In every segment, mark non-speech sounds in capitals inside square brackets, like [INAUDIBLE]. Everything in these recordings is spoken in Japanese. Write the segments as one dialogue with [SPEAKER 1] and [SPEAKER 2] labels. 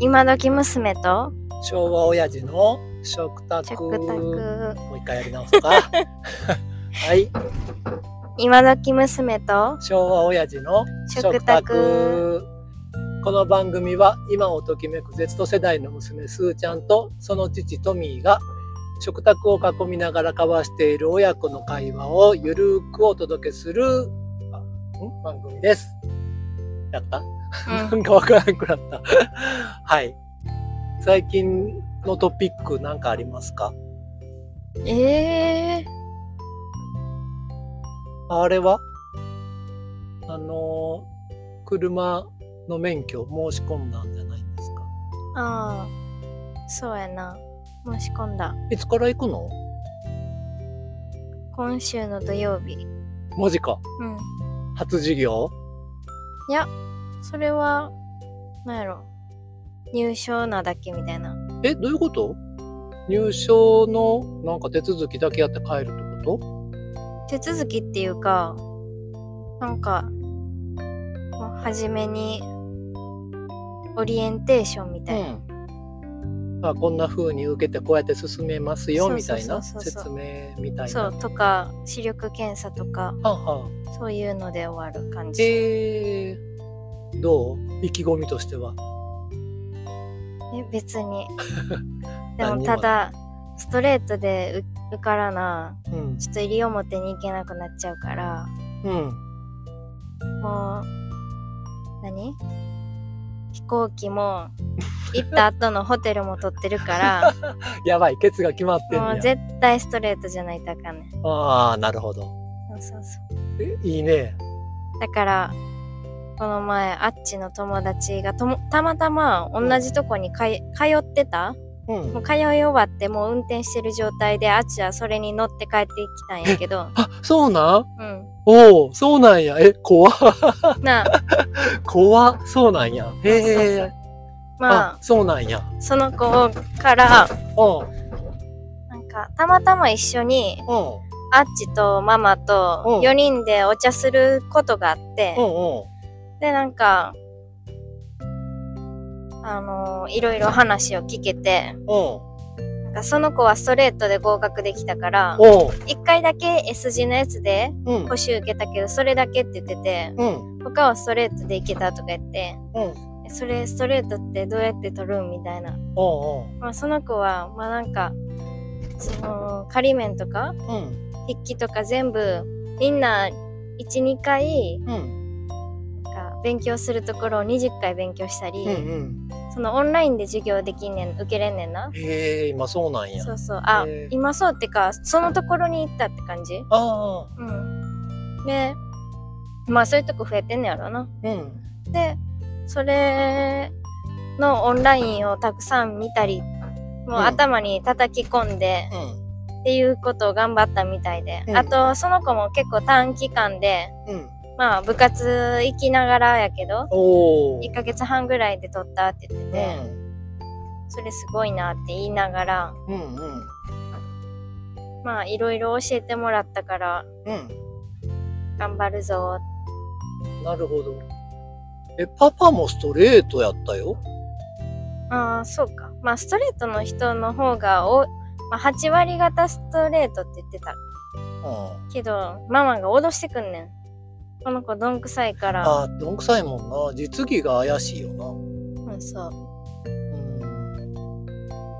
[SPEAKER 1] 今時娘と
[SPEAKER 2] 昭和親父の食卓
[SPEAKER 1] 食卓
[SPEAKER 2] もう一回やり直そ
[SPEAKER 1] [LAUGHS]
[SPEAKER 2] うかはい
[SPEAKER 1] 今時娘と
[SPEAKER 2] 昭和親父の
[SPEAKER 1] 食卓
[SPEAKER 2] この番組は今をときめく Z 世代の娘すーちゃんとその父トミーが食卓を囲みながら交わしている親子の会話をゆるーくお届けするあん番組ですやったなんかわからなくなった。はい。最近のトピックなんかありますか
[SPEAKER 1] ええ
[SPEAKER 2] あれはあのー車の免許を申し込んだんじゃないんですか
[SPEAKER 1] ああそうやな申し込んだ
[SPEAKER 2] いつから行くの
[SPEAKER 1] 今週の土曜日
[SPEAKER 2] マジか。
[SPEAKER 1] うん
[SPEAKER 2] 初授業
[SPEAKER 1] いやそれはなんやろ入賞なだけみたいな
[SPEAKER 2] え、どういうこと入賞のなんか手続きだけやって帰るってこ
[SPEAKER 1] 手続きっていうかなんかもう初めにオリエンテーションみ
[SPEAKER 2] と
[SPEAKER 1] たいな、
[SPEAKER 2] ん。あこんな風に受けてこうやって進めますよ
[SPEAKER 1] そう
[SPEAKER 2] み
[SPEAKER 1] そう
[SPEAKER 2] たい
[SPEAKER 1] そ
[SPEAKER 2] な
[SPEAKER 1] うそう
[SPEAKER 2] 説明みたいな。
[SPEAKER 1] そうとか視力検査とか
[SPEAKER 2] はんはん
[SPEAKER 1] そういうので終わる感じ、
[SPEAKER 2] えー、どう意気込みとしては。
[SPEAKER 1] え別
[SPEAKER 2] [LAUGHS]
[SPEAKER 1] にで
[SPEAKER 2] 何
[SPEAKER 1] も
[SPEAKER 2] にも
[SPEAKER 1] ただストレートでう受からな
[SPEAKER 2] うん。
[SPEAKER 1] ちょっと入り表に行けなくなっちゃうから
[SPEAKER 2] うん。
[SPEAKER 1] もう何飛行機
[SPEAKER 2] [LAUGHS]
[SPEAKER 1] も行った後のホテルも取ってるか
[SPEAKER 2] やばい、ケツが決まって
[SPEAKER 1] らも
[SPEAKER 2] ん
[SPEAKER 1] う
[SPEAKER 2] ね
[SPEAKER 1] 絶対ストレートじゃないとあかんねん
[SPEAKER 2] や。ああ、なるほど。
[SPEAKER 1] そうそうそう
[SPEAKER 2] えいいね。
[SPEAKER 1] だからこの前あっちの友達がともたまたま同じとこにかい通ってた
[SPEAKER 2] うん
[SPEAKER 1] もう。通い終わってもう運転してる状態であっちはそれに乗って帰ってきたんやけ
[SPEAKER 2] [LAUGHS]
[SPEAKER 1] ど
[SPEAKER 2] あ、そうなん
[SPEAKER 1] うん
[SPEAKER 2] おお、そうなんや。え、怖っ
[SPEAKER 1] なあ
[SPEAKER 2] 怖っそうなんや。へ
[SPEAKER 1] そうそ
[SPEAKER 2] え
[SPEAKER 1] う。まあ
[SPEAKER 2] あ、そうなんや。
[SPEAKER 1] その子から
[SPEAKER 2] うん。
[SPEAKER 1] なんかたまたま一緒に
[SPEAKER 2] うん。
[SPEAKER 1] あっちとママ
[SPEAKER 2] う
[SPEAKER 1] と
[SPEAKER 2] ん
[SPEAKER 1] 4人でお茶することがあって
[SPEAKER 2] うんうん。
[SPEAKER 1] でなんかあのーいろいろ話を聞けて
[SPEAKER 2] うん。
[SPEAKER 1] なんかその子はストレートで合格できたから
[SPEAKER 2] おう
[SPEAKER 1] 1回だけ S 字のやつで
[SPEAKER 2] うん。
[SPEAKER 1] 補習受けたけどそれだけって言ってて
[SPEAKER 2] うん。
[SPEAKER 1] 他はストレートでいけたとか言って
[SPEAKER 2] うん。
[SPEAKER 1] えそれストレートってどうやって取るんみたいな、
[SPEAKER 2] おう
[SPEAKER 1] まあ、その子はまあなんかその仮面とか
[SPEAKER 2] おう。うん。
[SPEAKER 1] 筆記とか全部みんな12回
[SPEAKER 2] うん。
[SPEAKER 1] なんか勉強するところを20回勉強したり、
[SPEAKER 2] うん。うん。
[SPEAKER 1] そのオンラインで授業できんねん受けれんねんな
[SPEAKER 2] へえ、今そうなんや。
[SPEAKER 1] そうそうあ
[SPEAKER 2] へー
[SPEAKER 1] 今そうってかそのところに行ったって感じ
[SPEAKER 2] あ
[SPEAKER 1] うんでまあそういうとこ増えてんねやろな
[SPEAKER 2] あ。うん。
[SPEAKER 1] でそれのオンラインをたくさん見たりもう
[SPEAKER 2] うん
[SPEAKER 1] 頭に叩き込んで
[SPEAKER 2] うん。
[SPEAKER 1] っていうことを頑張ったみたいで、
[SPEAKER 2] うん
[SPEAKER 1] あとその子も結構短期間で
[SPEAKER 2] うん。
[SPEAKER 1] まあ部活行きながらやけど
[SPEAKER 2] おお。
[SPEAKER 1] 1ヶ月半ぐらいで取ったって言ってて、それすごいなって言いながら
[SPEAKER 2] うん。うん。うん。
[SPEAKER 1] まあいろいろ教えてもらったから
[SPEAKER 2] うん。
[SPEAKER 1] 頑張るぞー
[SPEAKER 2] なるほど。え、パパもストレートやったよ。
[SPEAKER 1] ああそうかまあストレートの人の方がお、まあ、8割方ストレートって言ってた
[SPEAKER 2] うん。
[SPEAKER 1] けどママが脅してくんねんこの子どんくさいから
[SPEAKER 2] あー、どんくさいもんな。実技が怪しいよな。う
[SPEAKER 1] うんそ
[SPEAKER 2] ん。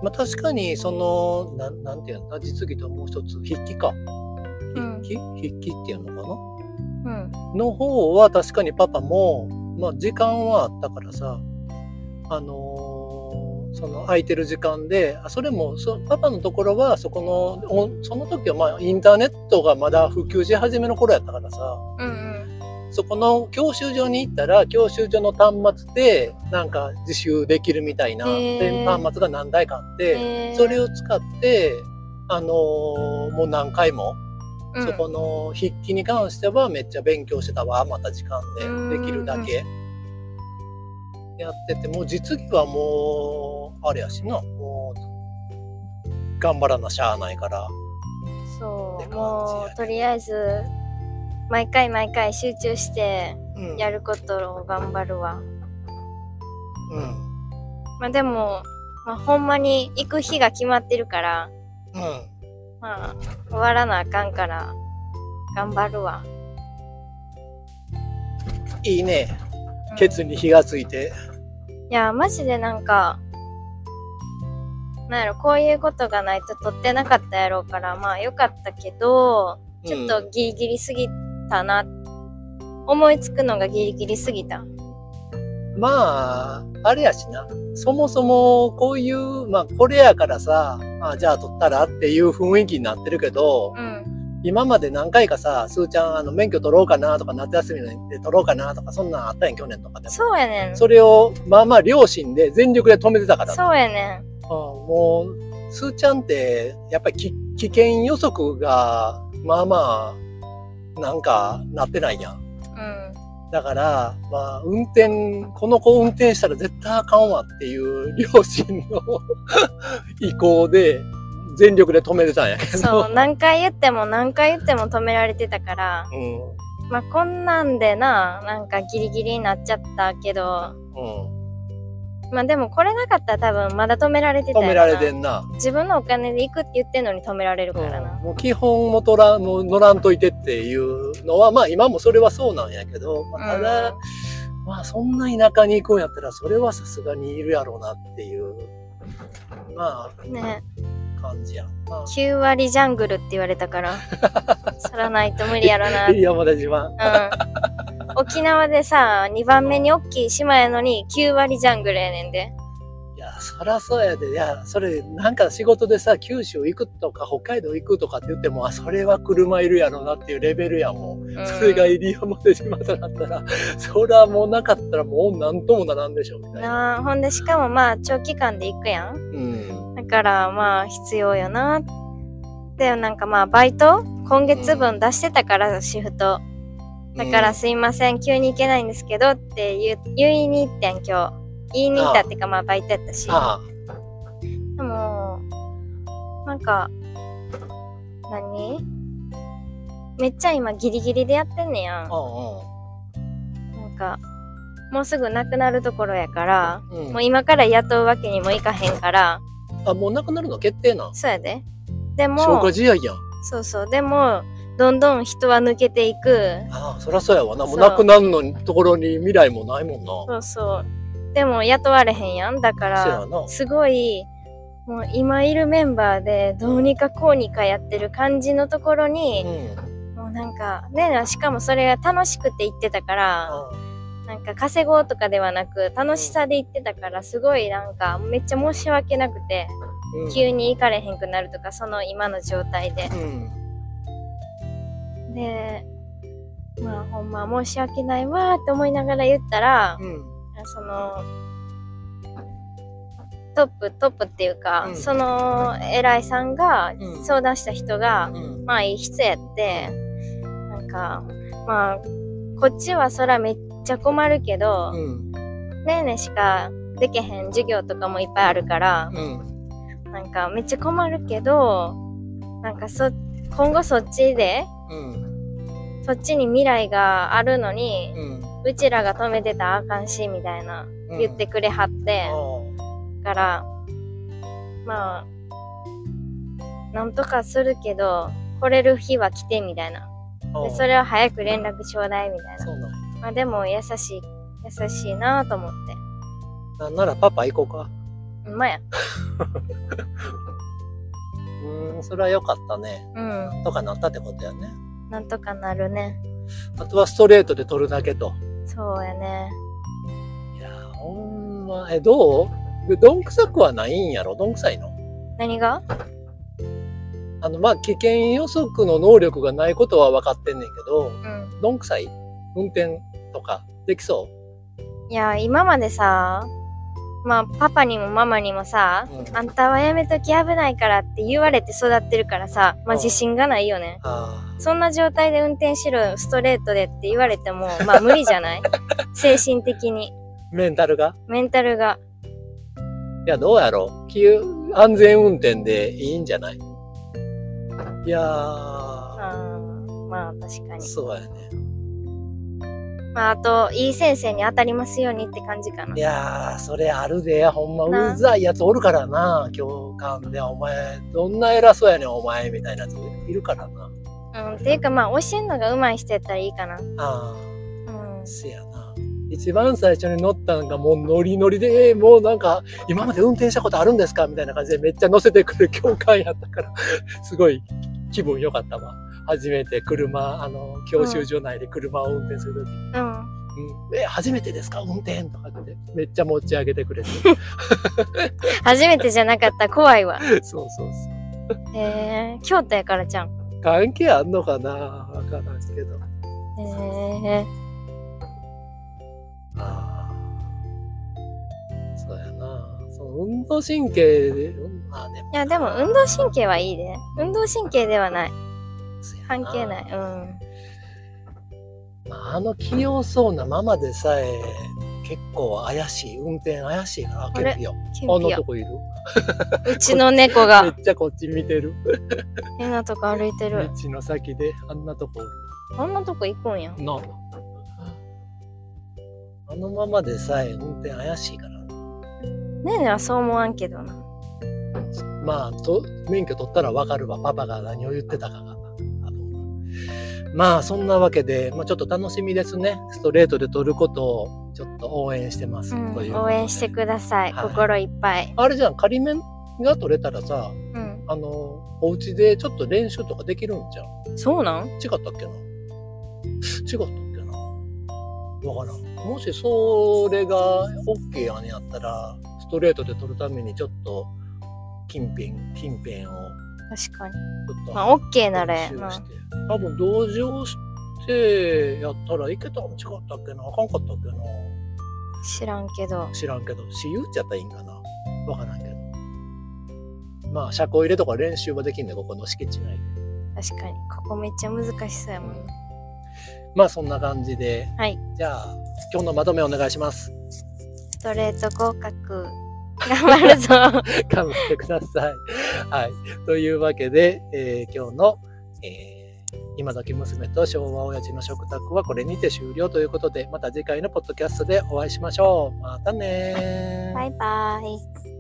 [SPEAKER 2] まあ、確かに、その、なん、なんていうのか、実技ともう一つ、筆記か。
[SPEAKER 1] うん
[SPEAKER 2] 筆記、筆記っていうのかな
[SPEAKER 1] ううん
[SPEAKER 2] の方は確かにパパも、まあ、時間はあったからさ、あのーその空いてる時間で、あそれもそ、パパのところは、そこの、おその時はまあ、インターネットがまだ普及し始めの頃やったからさ、
[SPEAKER 1] うんうん
[SPEAKER 2] そこの教習所に行ったら教習所の端末でなんか自習できるみたいな、
[SPEAKER 1] へー
[SPEAKER 2] で端末が何台かあって、
[SPEAKER 1] へー
[SPEAKER 2] それを使って、あのーもう何回も、
[SPEAKER 1] うん
[SPEAKER 2] そこの筆記に関してはめっちゃ勉強してたわ余った時間
[SPEAKER 1] うん
[SPEAKER 2] でできるだけやっててもう実技はもうあれやしなもう頑張らなしゃあないから
[SPEAKER 1] そ
[SPEAKER 2] って
[SPEAKER 1] う
[SPEAKER 2] 感じ
[SPEAKER 1] もうとりあえず毎回毎回集中して
[SPEAKER 2] うん
[SPEAKER 1] やることを頑張るわ
[SPEAKER 2] うん
[SPEAKER 1] まあでも、まあ、ほんまに行く日が決まってるから、
[SPEAKER 2] うん。
[SPEAKER 1] まあ、終わらなあかんから、頑張るわ。
[SPEAKER 2] いいね。
[SPEAKER 1] うん
[SPEAKER 2] ケツに火がついて。
[SPEAKER 1] いや、マジでなんか、なんやろ、こういうことがないと撮ってなかったやろうから、まあよかったけど、ちょっとギリギリすぎたな。思いつくのがギリギリすぎた。
[SPEAKER 2] うんまあ、あれやしな。そもそも、こういう、まあ、これやからさ、あじゃあ撮ったらっていう雰囲気になってるけど、
[SPEAKER 1] うん。
[SPEAKER 2] 今まで何回かさ、すーちゃん、あの、免許取ろうかなとか、夏休みで取ろうかなとか、そんなんあったやん、去年とかでも。
[SPEAKER 1] そうやねん。そ
[SPEAKER 2] それを、まあまあ、両親で全力で止めてたからな。
[SPEAKER 1] うやねん。
[SPEAKER 2] うんもう、すーちゃんって、やっぱりき危険予測が、まあまあ、なんか、なってないやん。
[SPEAKER 1] うん。
[SPEAKER 2] だから、まあ、運転、この子運転したら絶対あかんわっていう両親の [LAUGHS] 意向で、全力で止めてたんやけど。
[SPEAKER 1] そう、何回言っても何回言っても止められてたから、
[SPEAKER 2] [LAUGHS] う。ん。
[SPEAKER 1] まあこんなんでな、なんかギリギリになっちゃったけど、
[SPEAKER 2] うん。
[SPEAKER 1] まあでもこれなかったら多分まだ止められてた
[SPEAKER 2] 止
[SPEAKER 1] や
[SPEAKER 2] め
[SPEAKER 1] ろな
[SPEAKER 2] られてんな。
[SPEAKER 1] 自分のお金で行くって言ってんのに止められるからな。
[SPEAKER 2] もう基本も取らん、もう乗らんといてっていうのは、まあ今もそれはそうなんやけど、まあただ、
[SPEAKER 1] うん
[SPEAKER 2] まあそんな田舎に行くんやったら、それはさすがにいるやろうなっていう、ま
[SPEAKER 1] ね
[SPEAKER 2] あ感じやんな。
[SPEAKER 1] 9割ジャングルって言われたから
[SPEAKER 2] [LAUGHS]
[SPEAKER 1] そらないと無理やろな、うん、
[SPEAKER 2] 山田島。
[SPEAKER 1] 沖縄でさ2番目に大きい島やのに9割ジャングルやねんで
[SPEAKER 2] いや、そらそうやで。いや、それ、なんか仕事でさ、九州行くとか、北海道行くとかって言っても、あ、それは車いるやろなっていうレベルやもん。
[SPEAKER 1] うん
[SPEAKER 2] それが入山で島だったら、そらもうなかったらもうなんともならんでしょ、みたいな。
[SPEAKER 1] なあほんでしかもまあ長期間で行くやん
[SPEAKER 2] うん。
[SPEAKER 1] だからまあ必要よなでなんかまあバイト今月分出してたからシフトだか
[SPEAKER 2] う
[SPEAKER 1] ら
[SPEAKER 2] ん
[SPEAKER 1] すいません急に行けないんですけどって言う言いに行ってん今日言いに行ったってかまあバイトやったし
[SPEAKER 2] あ
[SPEAKER 1] でも、なんか、何めっちゃ今ギリギリでやってんねや
[SPEAKER 2] あ、う
[SPEAKER 1] うん。なんか、もうすぐなくなるところやから、
[SPEAKER 2] んうん。う、
[SPEAKER 1] もうん今から雇うわけにもいかへんから、
[SPEAKER 2] あ、もうなくなるの決定なん。
[SPEAKER 1] そうやで。で
[SPEAKER 2] 消
[SPEAKER 1] も
[SPEAKER 2] 化、試合やん。
[SPEAKER 1] そうそう、でも、どんどん人は抜けていく。
[SPEAKER 2] ああ、そらそうやわな。もう
[SPEAKER 1] そう
[SPEAKER 2] なくなるのにところに未来もないもんな。
[SPEAKER 1] そうそう。でも雇われへんやん。だか
[SPEAKER 2] そう
[SPEAKER 1] ら
[SPEAKER 2] や、な。
[SPEAKER 1] すごい、もう今いるメンバーでどうにかこうにかやってる感じのところに、
[SPEAKER 2] うん。
[SPEAKER 1] もうなんか、ね、しかもそれが楽しくて行ってたから、
[SPEAKER 2] あ
[SPEAKER 1] なんか稼ごうとかではなく、楽しさで行ってたから、すごいなんか、めっちゃ申し訳なくて、
[SPEAKER 2] うん
[SPEAKER 1] 急に行かれへんくなるとか、その今の状態で。
[SPEAKER 2] うん。
[SPEAKER 1] で、まあほんま申し訳ないわーって思いながら言ったら、
[SPEAKER 2] うん。
[SPEAKER 1] その、トップ、トップっていうか、
[SPEAKER 2] うん
[SPEAKER 1] その偉いさんが
[SPEAKER 2] うん
[SPEAKER 1] 相談した人が、
[SPEAKER 2] うん。
[SPEAKER 1] まあいい人やってなんかまあこっちはそらめっちゃ困るけど、
[SPEAKER 2] うん。
[SPEAKER 1] ねえねえしかできへん授業とかもいっぱいあるから、
[SPEAKER 2] うん。
[SPEAKER 1] なんかめっちゃ困るけどなんかそ今後そっちで
[SPEAKER 2] うん。
[SPEAKER 1] そっちに未来があるのに、
[SPEAKER 2] うん。
[SPEAKER 1] うちらが止めてたらあかんしみたいな言ってくれはって、
[SPEAKER 2] う
[SPEAKER 1] からまあなんとかするけど来れる日は来てみたいな。
[SPEAKER 2] ん
[SPEAKER 1] でそれは早く連絡ちょうだいみたいな。
[SPEAKER 2] そうなんや
[SPEAKER 1] まあでも優しい、優しいなぁと思って。
[SPEAKER 2] なんならパパ行こうか
[SPEAKER 1] うんまや。
[SPEAKER 2] うーんそれは良かったね
[SPEAKER 1] うん。
[SPEAKER 2] とかなったってことやね
[SPEAKER 1] なんとかなるね。
[SPEAKER 2] あとはストレートで取るだけと
[SPEAKER 1] そうやね。
[SPEAKER 2] いやーほんまえどうでどんくさくはないんやろどんくさいの
[SPEAKER 1] 何が
[SPEAKER 2] あのまあ危険予測の能力がないことは分かってんねんけど
[SPEAKER 1] うん。
[SPEAKER 2] どんくさい運転とかできそ
[SPEAKER 1] いや、今までさ、まあパパにもママにもさ、
[SPEAKER 2] うん
[SPEAKER 1] あんたはやめとき危ないからって言われて育ってるからさ、まあ
[SPEAKER 2] うん
[SPEAKER 1] 自信がないよね。
[SPEAKER 2] うあ
[SPEAKER 1] そんな状態で運転しろストレートでって言われても、まあ無理じゃ
[SPEAKER 2] [LAUGHS]
[SPEAKER 1] ない精神的に。
[SPEAKER 2] ーメンタルが
[SPEAKER 1] メンタルが。
[SPEAKER 2] いや、どうやろう。きゅ安全運転でいいんじゃないいやー、
[SPEAKER 1] うん。まあ確かに。
[SPEAKER 2] そうやね。。
[SPEAKER 1] まあ、あと、いい先生に当たりますようにって感じかない
[SPEAKER 2] やー、それあるで、ほんま、
[SPEAKER 1] な
[SPEAKER 2] うざいやつおるからな、教官で、お前、どんな偉そうやねん、お前、みたいなやついるからな。
[SPEAKER 1] うん、っていうかまあ、教えるのが上手い人やったらいいかな。う
[SPEAKER 2] あ
[SPEAKER 1] ん
[SPEAKER 2] あ、。せやな。一番最初に乗ったのがもうノリノリで、えーもうなんか、今まで運転したことあるんですかみたいな感じでめっちゃ乗せてくる [LAUGHS] 教官やったから、すごい気分良かったわ。初めて車、あの、教習所内で車を運転するときに。
[SPEAKER 1] うん。
[SPEAKER 2] うんえ初めてですか運転とかってめっちゃ持ち上げ
[SPEAKER 1] [LAUGHS]
[SPEAKER 2] てくれて
[SPEAKER 1] 初めてじゃなかったら怖いわ。
[SPEAKER 2] そうそうそ
[SPEAKER 1] へえー、京都やからじゃん。
[SPEAKER 2] う関係あんのかなわからんけど
[SPEAKER 1] へえー。
[SPEAKER 2] ああそうやなその運動神経でうんまあでも
[SPEAKER 1] いや、でも運動神経はいいね。運動神経ではない。
[SPEAKER 2] そうや
[SPEAKER 1] 関係ない。うん。
[SPEAKER 2] まあ、あの器用そうなママでさえ結構怪しい運転怪しいから
[SPEAKER 1] あれ
[SPEAKER 2] 開けるよ
[SPEAKER 1] キ
[SPEAKER 2] あ
[SPEAKER 1] ュン
[SPEAKER 2] ん
[SPEAKER 1] ピ
[SPEAKER 2] な
[SPEAKER 1] や
[SPEAKER 2] と。こいる
[SPEAKER 1] うちの猫
[SPEAKER 2] め
[SPEAKER 1] が
[SPEAKER 2] っちゃこっち見てる
[SPEAKER 1] 変なとこ歩いて
[SPEAKER 2] 道
[SPEAKER 1] る。
[SPEAKER 2] の先であんなとこおる
[SPEAKER 1] あんなとこ行くんやん。
[SPEAKER 2] なあのままでさえ運転怪しいから
[SPEAKER 1] ねえねえはそう思わんけどな。
[SPEAKER 2] まあと免許取ったら分かるわパパが何を言ってたかがあのまあそんなわけで、まあ、ちょっと楽しみですねストレートで取ることをちょっと応援してます、
[SPEAKER 1] うん
[SPEAKER 2] という
[SPEAKER 1] 応援してください。
[SPEAKER 2] はい
[SPEAKER 1] 心いっぱい。
[SPEAKER 2] あれじゃん仮面が取れたらさ
[SPEAKER 1] うん。
[SPEAKER 2] あのお家でちょっと練習とかできるんじゃん
[SPEAKER 1] そうなん
[SPEAKER 2] 違ったっけな違ったっけなわからんもしそれが OK やねやったらストレートで取るためにちょっと近辺近辺を
[SPEAKER 1] 確かに。
[SPEAKER 2] ちょっと
[SPEAKER 1] まあ、オッケーならや
[SPEAKER 2] 練習し
[SPEAKER 1] な。
[SPEAKER 2] て多分同情してやったらいけたん違ったっけなあかんかったっけな
[SPEAKER 1] 知らんけど。
[SPEAKER 2] 知らんけど私有っちゃったらいいんかなわからんけどまあ車庫入れとか練習はできんねここの敷地内で
[SPEAKER 1] 確かに。ここめっちゃ難しそうやもんな。
[SPEAKER 2] まあそんな感じで
[SPEAKER 1] はい。
[SPEAKER 2] じゃあ今日のまとめお願いします
[SPEAKER 1] ストレート合格。頑張るぞ。
[SPEAKER 2] 頑張ってください。はい。というわけで、えー今日の、えー今時娘と昭和親父の食卓はこれにて終了ということで、また次回のポッドキャストでお会いしましょう。またねー。
[SPEAKER 1] バイバイ。